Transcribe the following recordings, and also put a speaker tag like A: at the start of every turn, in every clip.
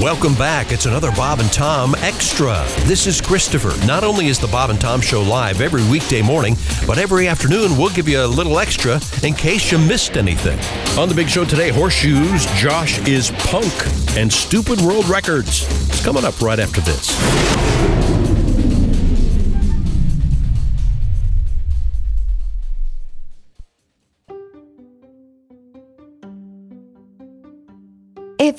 A: Welcome back. It's another Bob and Tom Extra. This is Christopher. Not only is the Bob and Tom Show live every weekday morning, but every afternoon we'll give you a little extra in case you missed anything.
B: On the big show today, Horseshoes, Josh is Punk, and Stupid World Records. It's coming up right after this.
C: If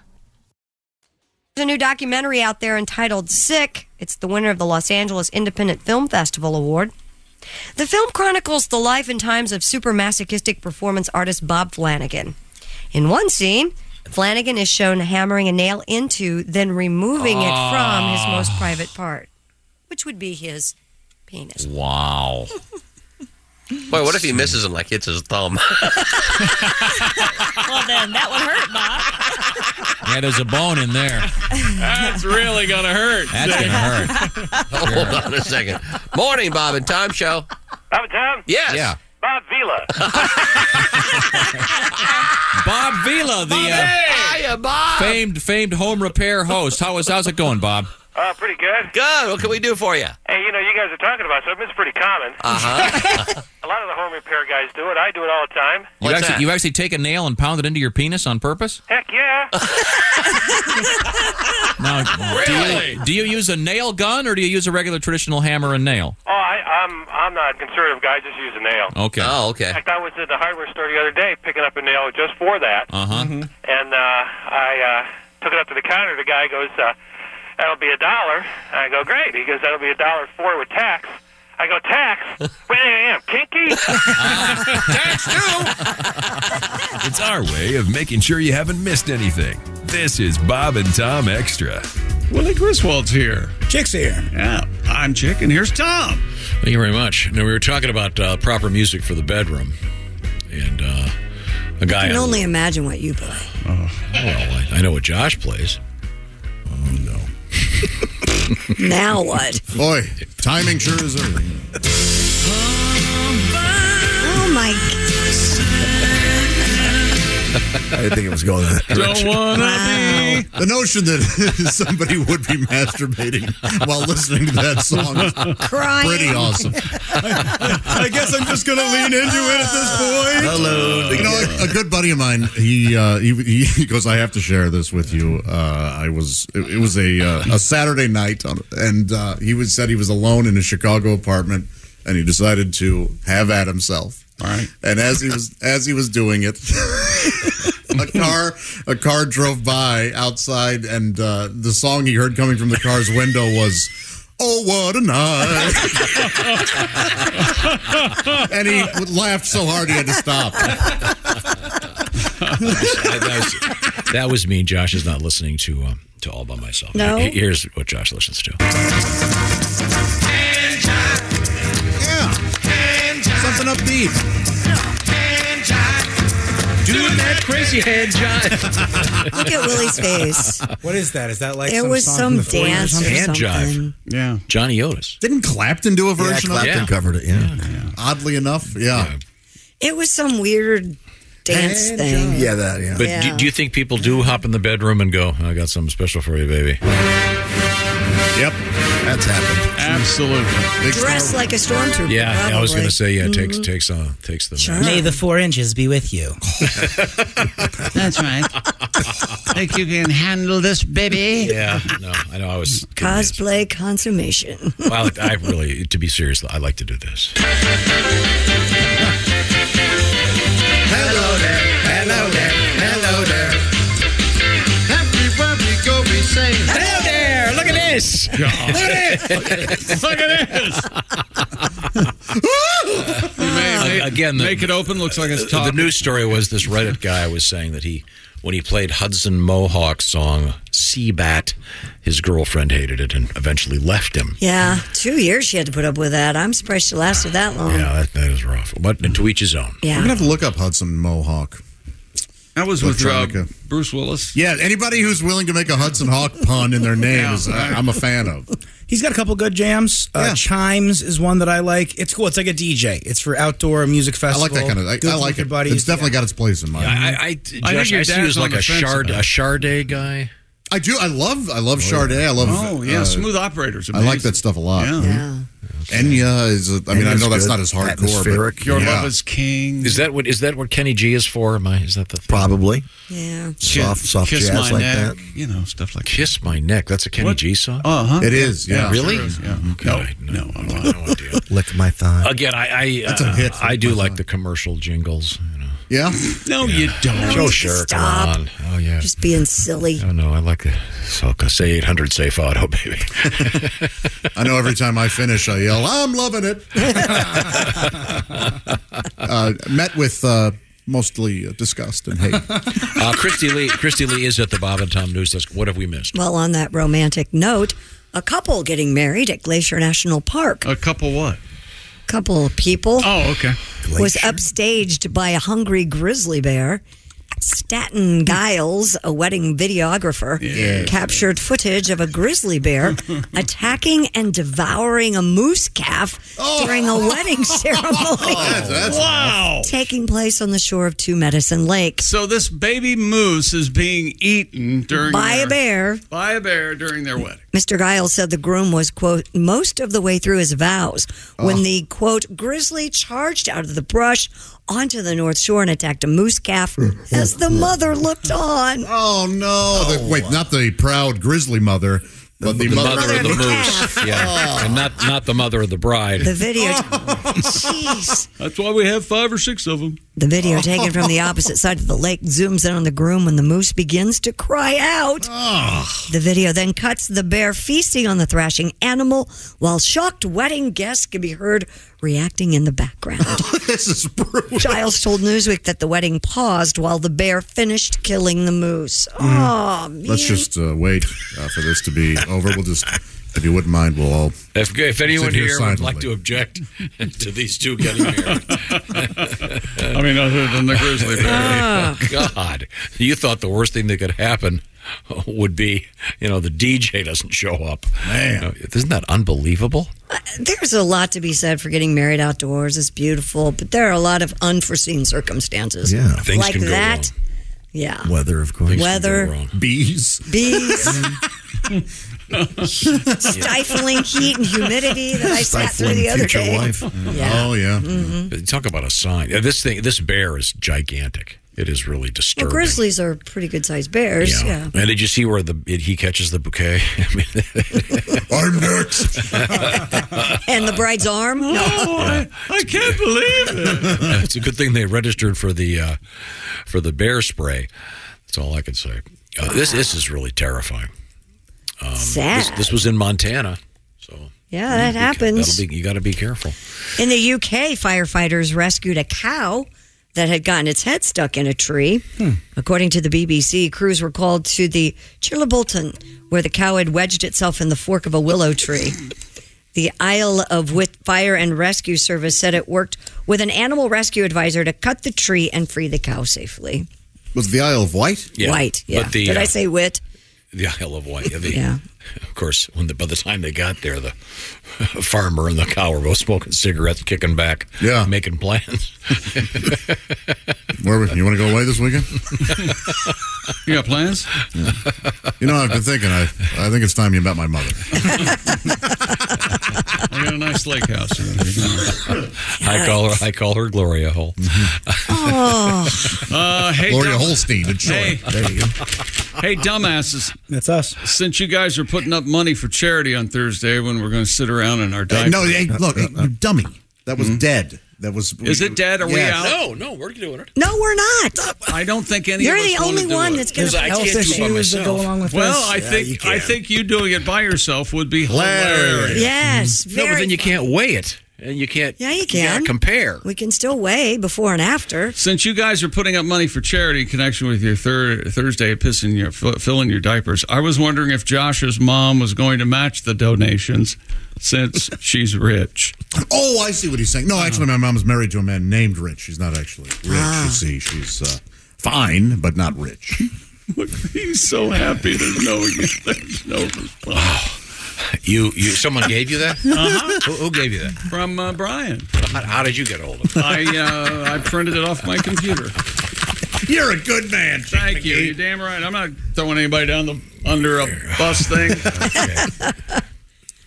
D: There's a new documentary out there entitled Sick. It's the winner of the Los Angeles Independent Film Festival Award. The film chronicles the life and times of super masochistic performance artist Bob Flanagan. In one scene, Flanagan is shown hammering a nail into, then removing it from his most private part, which would be his penis.
B: Wow.
A: Boy, what if he misses and like hits his thumb?
D: Well, then that would hurt, Bob.
E: Yeah, there's a bone in there.
F: That's really gonna hurt.
E: That's going to hurt.
A: Hold on a second. Morning, Bob and Tom Show.
G: Bob and Tom?
A: Yes.
E: Yeah.
G: Bob Vila.
E: Bob Vila, the uh,
A: Hiya, Bob.
E: famed famed home repair host. How is how's it going, Bob?
G: Uh, pretty good.
A: Good. What can we do for you?
G: Hey, you know, you guys are talking about something. It's pretty common. a lot of the home repair guys do it. I do it all the time.
E: You
A: What's
E: actually,
A: that?
E: you actually take a nail and pound it into your penis on purpose?
G: Heck yeah.
E: Now, do,
F: Really?
E: you, do you use a nail gun or do you use a regular traditional hammer and nail?
G: oh, I, I'm I'm not a conservative guy. I just use a nail.
E: Okay.
A: Oh,
G: In
A: okay.
G: fact, I was at the hardware store the other day picking up a nail just for that,
E: Uh huh.
G: and uh, I uh, took it up to the counter. The guy goes, uh, "That'll be a dollar." I go, "Great." He goes, "That'll be a dollar four with tax." I go, "Tax? Wait, I am kinky."
B: It's
F: It's our way of making sure you haven't missed anything. This is Bob and Tom Extra.
H: Willie Griswold's here.
I: Chick's here.
H: Yeah, I'm Chick, and here's Tom.
B: Thank you very much. Now, we were talking about uh, proper music for the bedroom, and uh, a guy.
D: I can
B: on-
D: only imagine what you play.
B: well, I, I know what Josh plays. Oh, no.
D: Now what?
I: Boy, timing sure is everything.
D: Oh my
I: I didn't think it was going that
H: Don't wanna
I: The notion that somebody would be masturbating while listening to that song is
D: crying.
I: pretty awesome. I, guess I'm just going to lean into it at this point. Hello. You know, a, a good buddy of mine, he, uh, he he goes, I have to share this with you. Uh, I was it, it was a uh, a Saturday night, on, and uh, he was said he was alone in a Chicago apartment, and he decided to have at himself.
H: All right.
I: And as he was as he was doing it, a car a car drove by outside, and uh, the song he heard coming from the car's window was. Oh, what a night. and he laughed so hard he had to stop.
J: that, was, that was me. Josh is not listening to um, to all by myself.
I: No?
J: Here- Here's what Josh listens to.
I: Yeah. Something upbeat.
J: Doing that crazy hand jive.
D: Look at Willie's face.
K: What is that? Is that like
D: There
K: some
D: was
K: song
D: some
K: from the 40s or
D: dance or
K: something?
J: Hand jive.
K: Yeah.
J: Johnny Otis.
I: Didn't Clapton do a version
J: Clapton
I: of it?
J: covered it, yeah.
I: Oddly enough, yeah.
J: Uh,
D: It was some weird dance thing.
I: that,
J: But Do, do you think people do hop in the bedroom and go, I got something special for you, baby?
I: Yep.
J: That's happened. Absolutely.
D: Dressed like a stormtrooper.
J: Yeah, I was going
D: probably.
J: to say, yeah, takes
D: Mhm.
J: takes uh, takes the
K: May the four inches be with you.
H: That's right. Think you can handle this, baby?
J: Yeah, no, I know. I was
D: Cosplay consummation.
J: Well, I, like- I really, to be serious, I like to do this.
L: Hello there, hello there, hello there. Everybody go be saying, Hello there, look at this.
J: Look at
L: this. look at this.
J: Uh, Again, the, make it open. Looks like it's top. The news story was this Reddit guy was saying that he, when he played Hudson Mohawk's song "Seabat," his girlfriend hated it and eventually left him.
D: Yeah, two years she had to put up with that. I'm surprised she lasted that long.
J: Yeah, Uh, that, that is rough. But to each his own.
D: Yeah.
I: I'm going to have to look up Hudson Mohawk.
H: That was with uh, Bruce Willis.
I: Yeah, anybody who's willing to make a Hudson Hawk pun in their name is, I, I'm a fan of.
K: He's got a couple good jams. Uh, Chimes is one that I like. It's cool. It's like a DJ. It's for outdoor music
I: I
K: festival.
I: like that kind of. I,
K: Good
I: I
K: for
I: like it.
K: everybody.
I: It's definitely got its place in
H: Mm.
I: my.
J: I, I, Josh, I, see you as like a shard, a Charday guy.
I: I do. I love. I love Charday. I love.
H: Oh yeah,
I: uh,
H: smooth operators.
I: I like that stuff a lot.
H: Yeah.
D: Yeah.
I: Enya is. A, I mean, I know that's not as hardcore. But
H: Your
I: yeah.
H: love is king.
J: Is that what is that what Kenny G is for? Am I? Is that the thing? probably
D: Yeah.
J: Soft- soft
H: kiss
J: jazz
H: my
J: like
H: neck,
J: that?
H: You know stuff like
J: "Kiss My Neck"? That's a Kenny G song.
H: Uh huh.
J: It is, yeah. Really?
H: Yeah.
J: Okay,
H: No. No.
J: Lick my thigh. Again, I I,
H: That's a hit.
J: I do like the commercial jingles.
I: Yeah.
H: No, you don't.
J: Oh, sure.
D: Stop.
J: Come on. Oh, yeah.
D: Just being silly.
J: I don't know. I like the Soka. Say 800, say Auto, baby.
I: I know every time I finish, I yell, "I'm loving it." uh, met with uh, mostly uh, disgust and hate.
J: Uh, Christy Lee Christy Lee is at the Bob and Tom News Desk. What have we missed?
D: Well, on that romantic note, a couple getting married at Glacier National Park.
H: A couple what?
D: couple of people.
H: Oh, okay.
D: Was upstaged by a hungry grizzly bear. Staten Giles, a wedding videographer,
L: Yeah.
D: captured footage of a grizzly bear attacking and devouring a moose calf during a wedding ceremony.
H: wow.
D: Taking place on the shore of Two Medicine Lake.
H: So this baby moose is being eaten during
D: By a
H: their-
D: bear.
H: By a bear during their wedding.
D: Mr. Giles said the groom was, quote, most of the way through his vows when the, quote, grizzly charged out of the brush onto the North Shore and attacked a moose calf as the mother looked on.
I: Oh, no. Oh, the- wait, not the proud grizzly mother, but the,
J: the mother, of the
I: moose.
J: moose. Yeah. And not, not the mother of the bride.
D: The video. Jeez.
H: That's why we have five or six of them.
D: The video taken from the opposite side of the lake zooms in on the groom when the moose begins to cry out.
I: Ah,
D: The video then cuts the bear feasting on the thrashing animal while shocked wedding guests can be heard reacting in the background.
I: this is brutal.
D: Giles told Newsweek that the wedding paused while the bear finished killing the moose. Oh, man.
I: Mm. Let's just uh, wait uh, for this to be over. We'll just, if you wouldn't mind, we'll all.
J: If, if anyone
I: sit
J: here would
I: silently.
J: like to object to these two getting married,
H: I mean, other than the grizzly bear.
J: God, you thought the worst thing that could happen would be, you know, the DJ doesn't show up. Man, isn't that unbelievable?
D: There's a lot to be said for getting married outdoors. It's beautiful, but there are a lot of unforeseen circumstances.
J: Yeah. Things
D: like
J: can go
D: that. Yeah.
J: Weather, of course.
D: Weather.
I: Bees.
D: Bees. Stifling heat and humidity that I sat through the other day. Yeah. Mm.
I: Oh yeah.
D: Mm-hmm.
J: Talk about a sign. Yeah, This thing, this bear is gigantic. It is really
D: Well,
J: disturbing.
D: grizzlies are pretty good sized bears. Yeah.
J: And did you see where the it, he catches the bouquet? I mean,
I: I'm next.
D: And the bride's arm? No.
H: I can't believe it.
D: Mm.
J: it's a good thing they registered for the uh, for the bear spray. That's all I can say. Uh, this this is really terrifying. Um,
D: Sad.
J: This, this was in Montana, so
D: Yeah, that happens.
J: That'll be, you got to be careful.
D: In the UK, firefighters rescued a cow that had gotten its head stuck in a tree. According to the BBC, crews were called to the Chillabolton, where the cow had wedged itself in the fork of a willow tree. The Isle of Wight Fire and Rescue Service said it worked with an animal rescue advisor to cut the tree and free the cow safely.
I: Was the Isle of Wight?
J: Yeah,
D: White, yeah.
J: but the,
D: Did
J: uh,
D: I say wit?
J: The Isle of Wight. Yeah, the-
D: Yeah.
J: Of course, when the, by the time they got there, the farmer and the cow were both smoking cigarettes, kicking back, yeah, making plans.
I: Where we, you want to go away this weekend?
M: You got plans?
I: You know, I've been thinking. I I think it's time you met my mother.
M: I got a nice lake house.
J: I call her. I call her Gloria Hole.
I: Mm-hmm.
M: Oh. Uh, hey,
I: Gloria
M: dumb-
I: Holstein, enjoy.
M: Hey.
I: There you go.
M: Hey, dumbasses. That's us. Since you guys are putting up money for charity on Thursday when we're going to sit around in our
I: Hey, Mm-hmm.
M: diapers.
I: no, hey, look, hey, you dummy. That was dead. That was.
M: Is it dead? Are we
I: Yeah.
M: out?
J: No, no, we're doing it.
D: No, we're not.
M: I don't think any
D: You're
M: of us
D: the
M: wanna
D: only
M: do it.
D: one that's gonna There's health issues that go along with
M: well,
D: this.
M: I
D: Yeah, you
M: think I think you doing it by yourself would be hilarious.
D: Yes,
J: No, but
D: very
J: then you can't weigh it, and you can't.
D: Yeah, you
J: gotta
D: can.
J: compare.
D: We can still weigh before and after.
M: Since you guys are putting up money for charity in connection with your thir- Thursday pissing your fill- filling your diapers, I was wondering if Josh's mom was going to match the donations since she's rich.
I: Oh, I see what he's saying. No, actually, my mom's married to a man named Rich. She's not actually rich. You see, she's uh, fine, but not rich.
M: He's so happy there's no there's no response.
J: You, you, someone gave you that?
M: Uh-huh.
J: Who, who gave you that?
M: From uh, Brian.
J: How, how did you get a hold of it?
M: I uh, I printed it off my computer.
I: You're a good man.
M: Thank you. You're damn right. I'm not throwing anybody down the under a bus thing.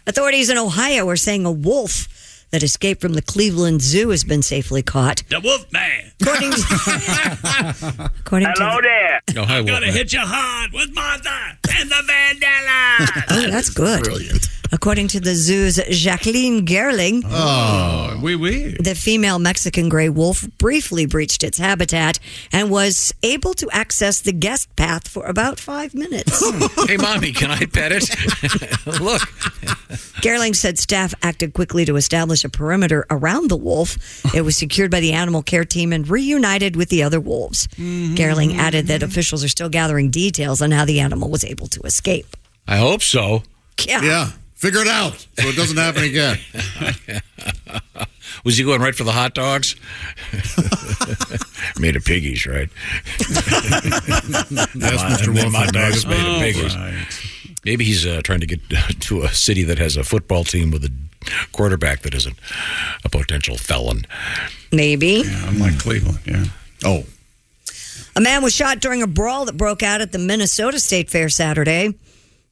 D: Authorities in Ohio are saying a wolf that escaped from the Cleveland Zoo has been safely caught.
M: The wolf man.
D: According According
L: Hello
D: to
L: there.
J: No, hi,
L: I'm
J: Wolfman.
L: gonna hit you hard with Martha and the Vandellas.
D: oh, that's good. Brilliant. According to the zoo's Jacqueline Gerling,
M: Oh, we
D: the female Mexican gray wolf briefly breached its habitat and was able to access the guest path for about five minutes.
J: hey, mommy, can I pet it? Look,
D: Gerling said staff acted quickly to establish a perimeter around the wolf. It was secured by the animal care team and reunited with the other wolves.
J: Mm-hmm.
D: Gerling added that officials are still gathering details on how the animal was able to escape.
J: I hope so.
D: Yeah.
I: Yeah. Figure it out so it doesn't happen again.
J: Was he going right for the hot dogs? made of piggies, right?
I: Mr.
J: And then
I: Wolf,
J: hot dogs
I: right.
J: made
I: All
J: of piggies. Maybe he's uh, trying to get uh, to a city that has a football team with a quarterback that isn't a potential felon.
D: Maybe.
M: I'm like Cleveland. Yeah.
I: Oh,
D: A man was shot during a brawl that broke out at the Minnesota State Fair Saturday.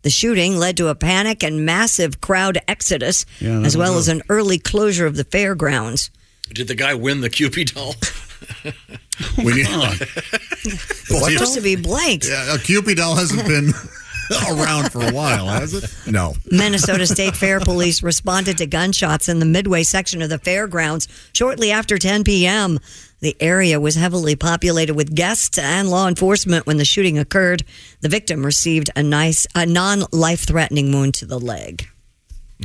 D: The shooting led to a panic and massive crowd exodus,
J: Yeah, that
D: as well
J: was
D: as
J: a-
D: an early closure of the fairgrounds.
J: Did the guy win the Cupid doll?
M: Oh,
I: we need.
D: It's supposed to be blank.
I: Yeah, a Cupid doll hasn't been around for a while, has it? No.
D: Minnesota State Fair police responded to gunshots in the midway section of the fairgrounds shortly after 10 p.m. The area was heavily populated with guests and law enforcement when the shooting occurred. The victim received a nice, a non-life-threatening wound to the leg.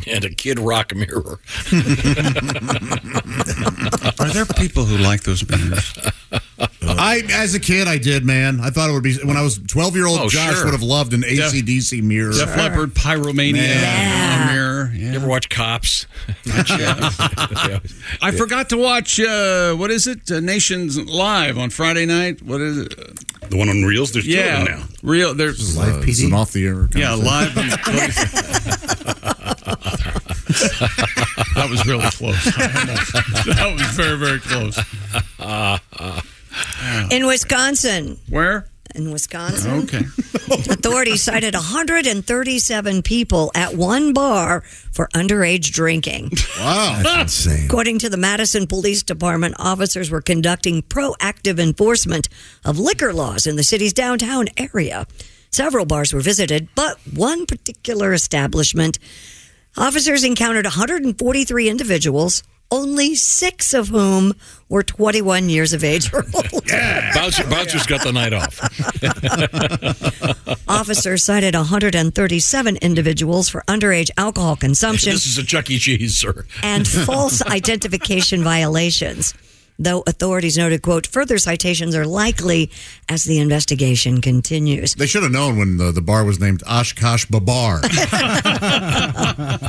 J: and a Kid Rock mirror.
M: Are there people who like those mirrors? Uh,
I: I, as a kid, I did, man. I thought it would be when I was twelve year old.
M: Oh,
I: Josh
M: sure.
I: would have loved an
M: Def-
I: ACDC mirror.
M: Def Leppard pyromania
I: Man.
M: uh, mirror.
J: You ever watch Cops?
M: I forgot to watch uh, what is it? Uh, Nations Live on Friday night. What is it?
N: The one on Reels? There's two
M: yeah,
N: of them now.
M: real. There's
I: Live Uh, PD? it's an off-the-air
M: Yeah,
I: conversation.
M: live. that was really close. that was very, very close.
D: In Wisconsin.
M: Where?
D: In Wisconsin.
M: Okay.
D: Authorities cited 137 people at one bar for underage drinking.
I: Wow. That's insane.
D: According to the Madison Police Department, officers were conducting proactive enforcement of liquor laws in the city's downtown area. Several bars were visited, but one particular establishment, officers encountered 143 individuals only six of whom were 21 years of age or older.
J: Bouncer, Bouncer's got the night off.
D: Officers cited 137 individuals for underage alcohol consumption
J: This is a Chuck E. Cheese, sir.
D: and false identification violations. Though authorities noted, quote, further citations are likely as the investigation continues.
I: They should have known when the, the bar was named Oshkosh Babar.
D: Uh,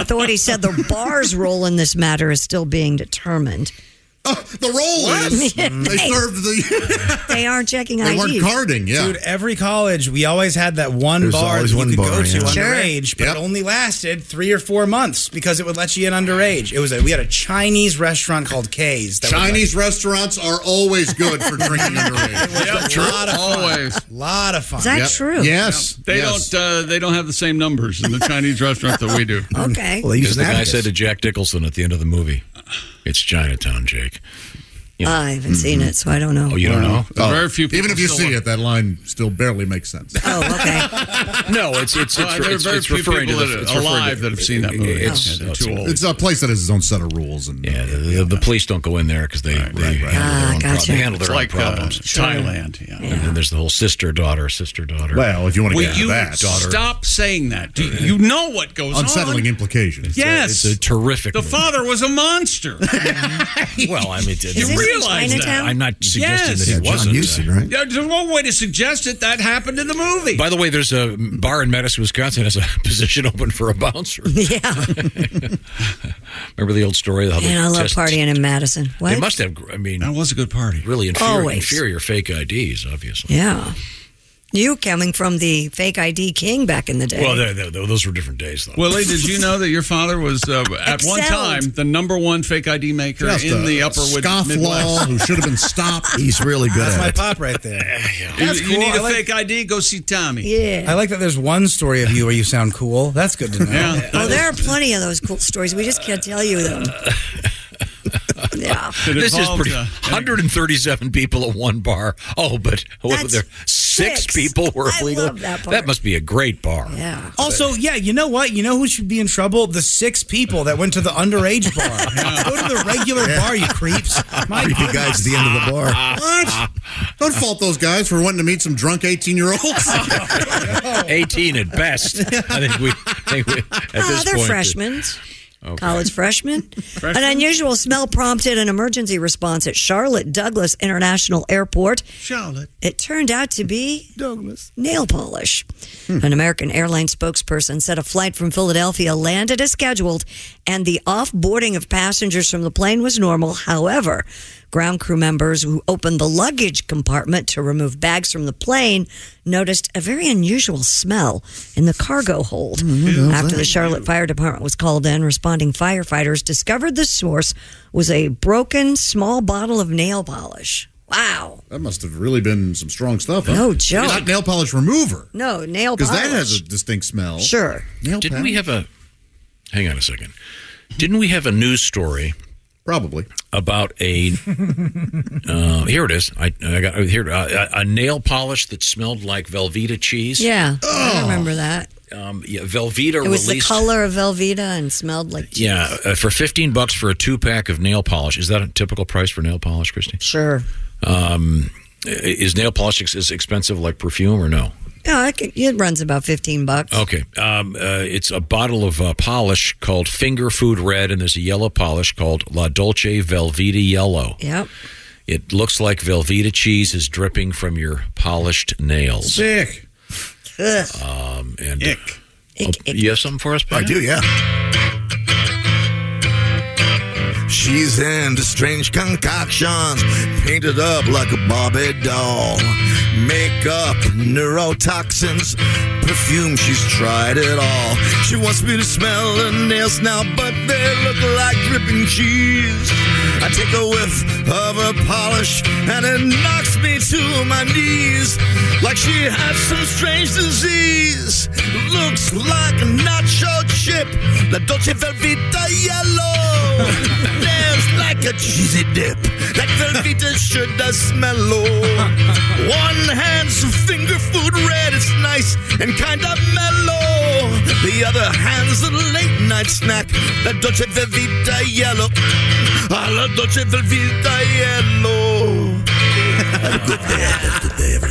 D: authorities said the bar's role in this matter is still being determined.
I: the role is they served the.
D: they aren't checking
I: They
D: IDs.
I: weren't carding, yeah.
K: Dude, every college, we always had that one
I: There's
K: bar that
I: always
K: you
I: one
K: could
I: bar,
K: go to
I: yeah. Sure.
K: underage, but it only lasted three or four months because it would let you in underage. It was a, we had a Chinese restaurant called K's. That
I: Chinese restaurants are always good for drinking underage.
K: was a lot of fun.
M: Always.
K: lot of fun.
D: Is that Yep. true?
I: Yes.
M: They
I: Yes.
M: don't. Uh, they don't have the same numbers in the Chinese restaurant that we do.
D: Okay.
J: As the guy said to Jack Nicholson at the end of the movie, "It's Chinatown, Jake." You know.
D: I haven't seen it, so I don't know.
J: Oh, you don't know?
I: Oh, Even if you see it, that line still barely makes sense.
D: Oh,
J: No, it's it's
M: Well,
J: it's,
M: there are
J: it's,
M: very
J: it's
M: few
J: referring to
M: people
J: the
M: that
J: it's
M: are
J: referring
M: alive
J: to,
M: that have seen that movie.
J: It's,
M: Yeah,
J: it's,
M: too old.
I: It's a place that has its own set of rules. And
J: yeah, the, the, the police don't go in there because they they handle
D: Ah,
J: their own,
D: gotcha.
J: pro- they handle their
M: It's
J: own
M: like, uh,
J: problems.
M: Sure. Thailand, yeah.
J: And then there's the whole sister daughter, sister daughter.
I: Well, if you want to
M: Will
I: get into
M: you
I: that,
M: stop saying that? Do you, you know what goes
I: unsettling
M: on?
I: implications.
M: Yes.
J: it's a terrific.
M: the father was a monster.
J: well, I mean, it-
M: You
J: it's-
M: realize that.
J: Chinatown? I'm not suggesting
M: yes.
J: that he Yeah, John wasn't, uh, Huston, right?
M: Yeah, there's one way to suggest it. That happened in the movie.
J: By the way, there's a bar in Madison, Wisconsin has a position open for a bouncer.
D: Yeah.
J: Remember the old story? How they
D: And I love
J: test-
D: partying in Madison.
J: They
D: What?
J: must have. gr- I mean, that
M: was a good party.
J: Really inferior,
D: Always.
J: inferior fake IDs, obviously.
D: Yeah. You coming from the fake ID king back in the day.
J: Well, they- they- those were different days, though.
M: Willie, did you know that your father was uh, at one
D: Excelled.
M: time the number one fake ID maker
I: Just
M: in
I: a
M: the upper Wood- Midwest?
I: scofflaw who should have been stopped.
K: He's really
I: good
K: That's
I: at
K: my
I: it.
K: pop right there.
M: You,
K: That's
M: you
K: cool.
M: need
K: I
M: a
K: like-
M: fake ID? Go see Tommy.
D: Yeah.
K: I like that there's one story of you where you sound cool. That's good to know.
M: Yeah.
D: Oh, there are plenty of those cool stories. We just can't tell you them. Yeah.
M: It
J: this is
M: involved,
J: pretty.
M: uh,
J: 137 people at one bar. Oh, but what were
K: That's
J: there six,
K: six.
J: people were
K: I
J: illegal.
K: love that part.
J: must be a great bar.
D: Yeah.
K: Also, yeah, you know what? You know who should be in trouble? The six people that went to the underage bar. Go to the regular bar, you creeps. My
I: Creepy
K: goodness.
I: guys at the end of the bar. what? Don't fault those guys for wanting to meet some drunk 18 year olds.
J: 18 at best. I think we. I think we at
D: Ah,
J: this
D: they're
J: point, uh,
D: freshmen,
J: Okay.
D: college freshmen. An unusual smell prompted an emergency response at Charlotte Douglas International Airport.
M: Charlotte.
D: It turned out to be Douglas nail polish.
I: Hmm.
D: An American airline spokesperson said a flight from Philadelphia landed as scheduled, and the offboarding of passengers from the plane was normal. However, ground crew members who opened the luggage compartment to remove bags from the plane noticed a very unusual smell in the cargo hold.
I: Mm-hmm.
D: After the Charlotte Fire Department was called in, responding firefighters discovered the source was a broken small bottle of nail polish. Wow.
I: That must have really been some strong stuff. Huh?
D: No joke.
I: Not nail polish remover
D: No, nail
I: because
D: polish.
I: that has a distinct smell.
D: Sure.
I: Nail
J: Didn't we have a? Hang on a second. Didn't we have a news story?
I: Probably
J: about a. uh, here it is. I, I got here uh, a nail polish that smelled like Velveeta cheese.
D: Yeah, I remember that.
J: Um, yeah, Velveeta
D: It was the
J: released.
D: color of Velveeta and smelled like cheese.
J: yeah, uh, for fifteen bucks for a two pack of nail polish. Is that a typical price for nail polish, Christy?
D: Sure.
J: Um, i- is nail polish ex- is expensive like perfume or no?
D: Yeah, I could, it runs about fifteen bucks.
J: Okay, um, uh, it's a bottle of uh, polish called Finger Food Red, and there's a yellow polish called La Dolce Velveeta Yellow.
D: Yep.
J: It looks like Velveeta cheese is dripping from your polished nails.
M: Sick.
D: Ugh.
I: Uh,
J: Um, and
D: Oh,
J: you have something for us?
O: I
J: Pat?
O: do, yeah. She's into strange concoctions, painted up like a Barbie doll. Makeup, neurotoxins, perfume, she's tried it all. She wants me to smell her nails now, but they look like dripping cheese. I take a whiff of her polish, and it knocks me to my knees like she has some strange disease. Looks like a nacho chip, La Dolce Velveeta Yellow. Nails like a cheesy dip, like the feet that should I smell low. One hand's finger food red, it's nice and kind of mellow. The other hand's a late night snack, la Dolce Vita yellow. Ah, la Dolce Vita yellow.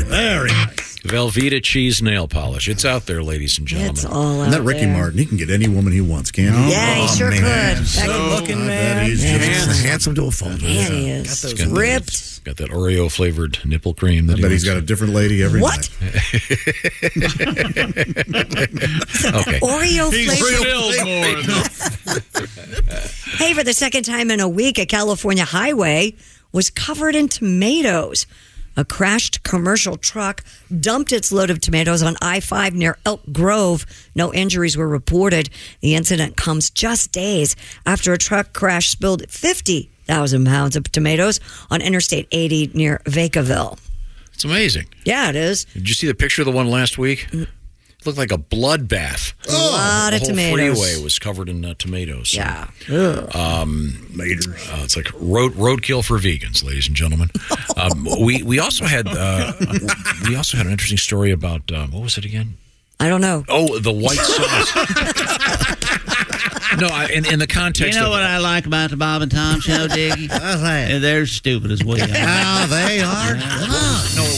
J: Very nice. Velveeta cheese nail polish. It's out there, ladies and gentlemen.
D: It's all
P: And that Ricky Martin, he can get any woman he wants, can't he? Oh,
D: Yeah, he sure could. That good looking man.
P: he's
D: Yeah.
P: just
D: Handsome.
O: handsome to a fault.
D: Man,
I: uh,
D: he is.
J: Got the-
D: ripped.
J: uh, Got that Oreo flavored nipple cream. That
P: I bet he's got a different lady every
D: What?
J: night. okay.
D: Oreo
Q: He's
D: flavored. Hey, for the second time in a week, a California highway was covered in tomatoes. A crashed commercial truck dumped its load of tomatoes on I 5 near Elk Grove. No injuries were reported. The incident comes just days after a truck crash spilled 50,000 pounds of tomatoes on Interstate 80 near Vacaville.
J: It's amazing.
D: Yeah, it is.
J: Did you see the picture of the one last week? It looked like a bloodbath.
D: Mm. A lot
J: the
D: of
J: whole
D: tomatoes.
J: freeway was covered in uh, tomatoes. So,
D: Yeah.
J: Um, uh, it's like road roadkill for vegans, ladies and gentlemen. Um, we we also had uh, we also had an interesting story about um, what was it again?
D: I don't know.
J: Oh, the white sauce. no, I, in, in the context
K: You know
J: of
K: what I like about the Bob and Tom show, Diggy? Yeah, They're stupid as well.
A: Oh,
K: they are.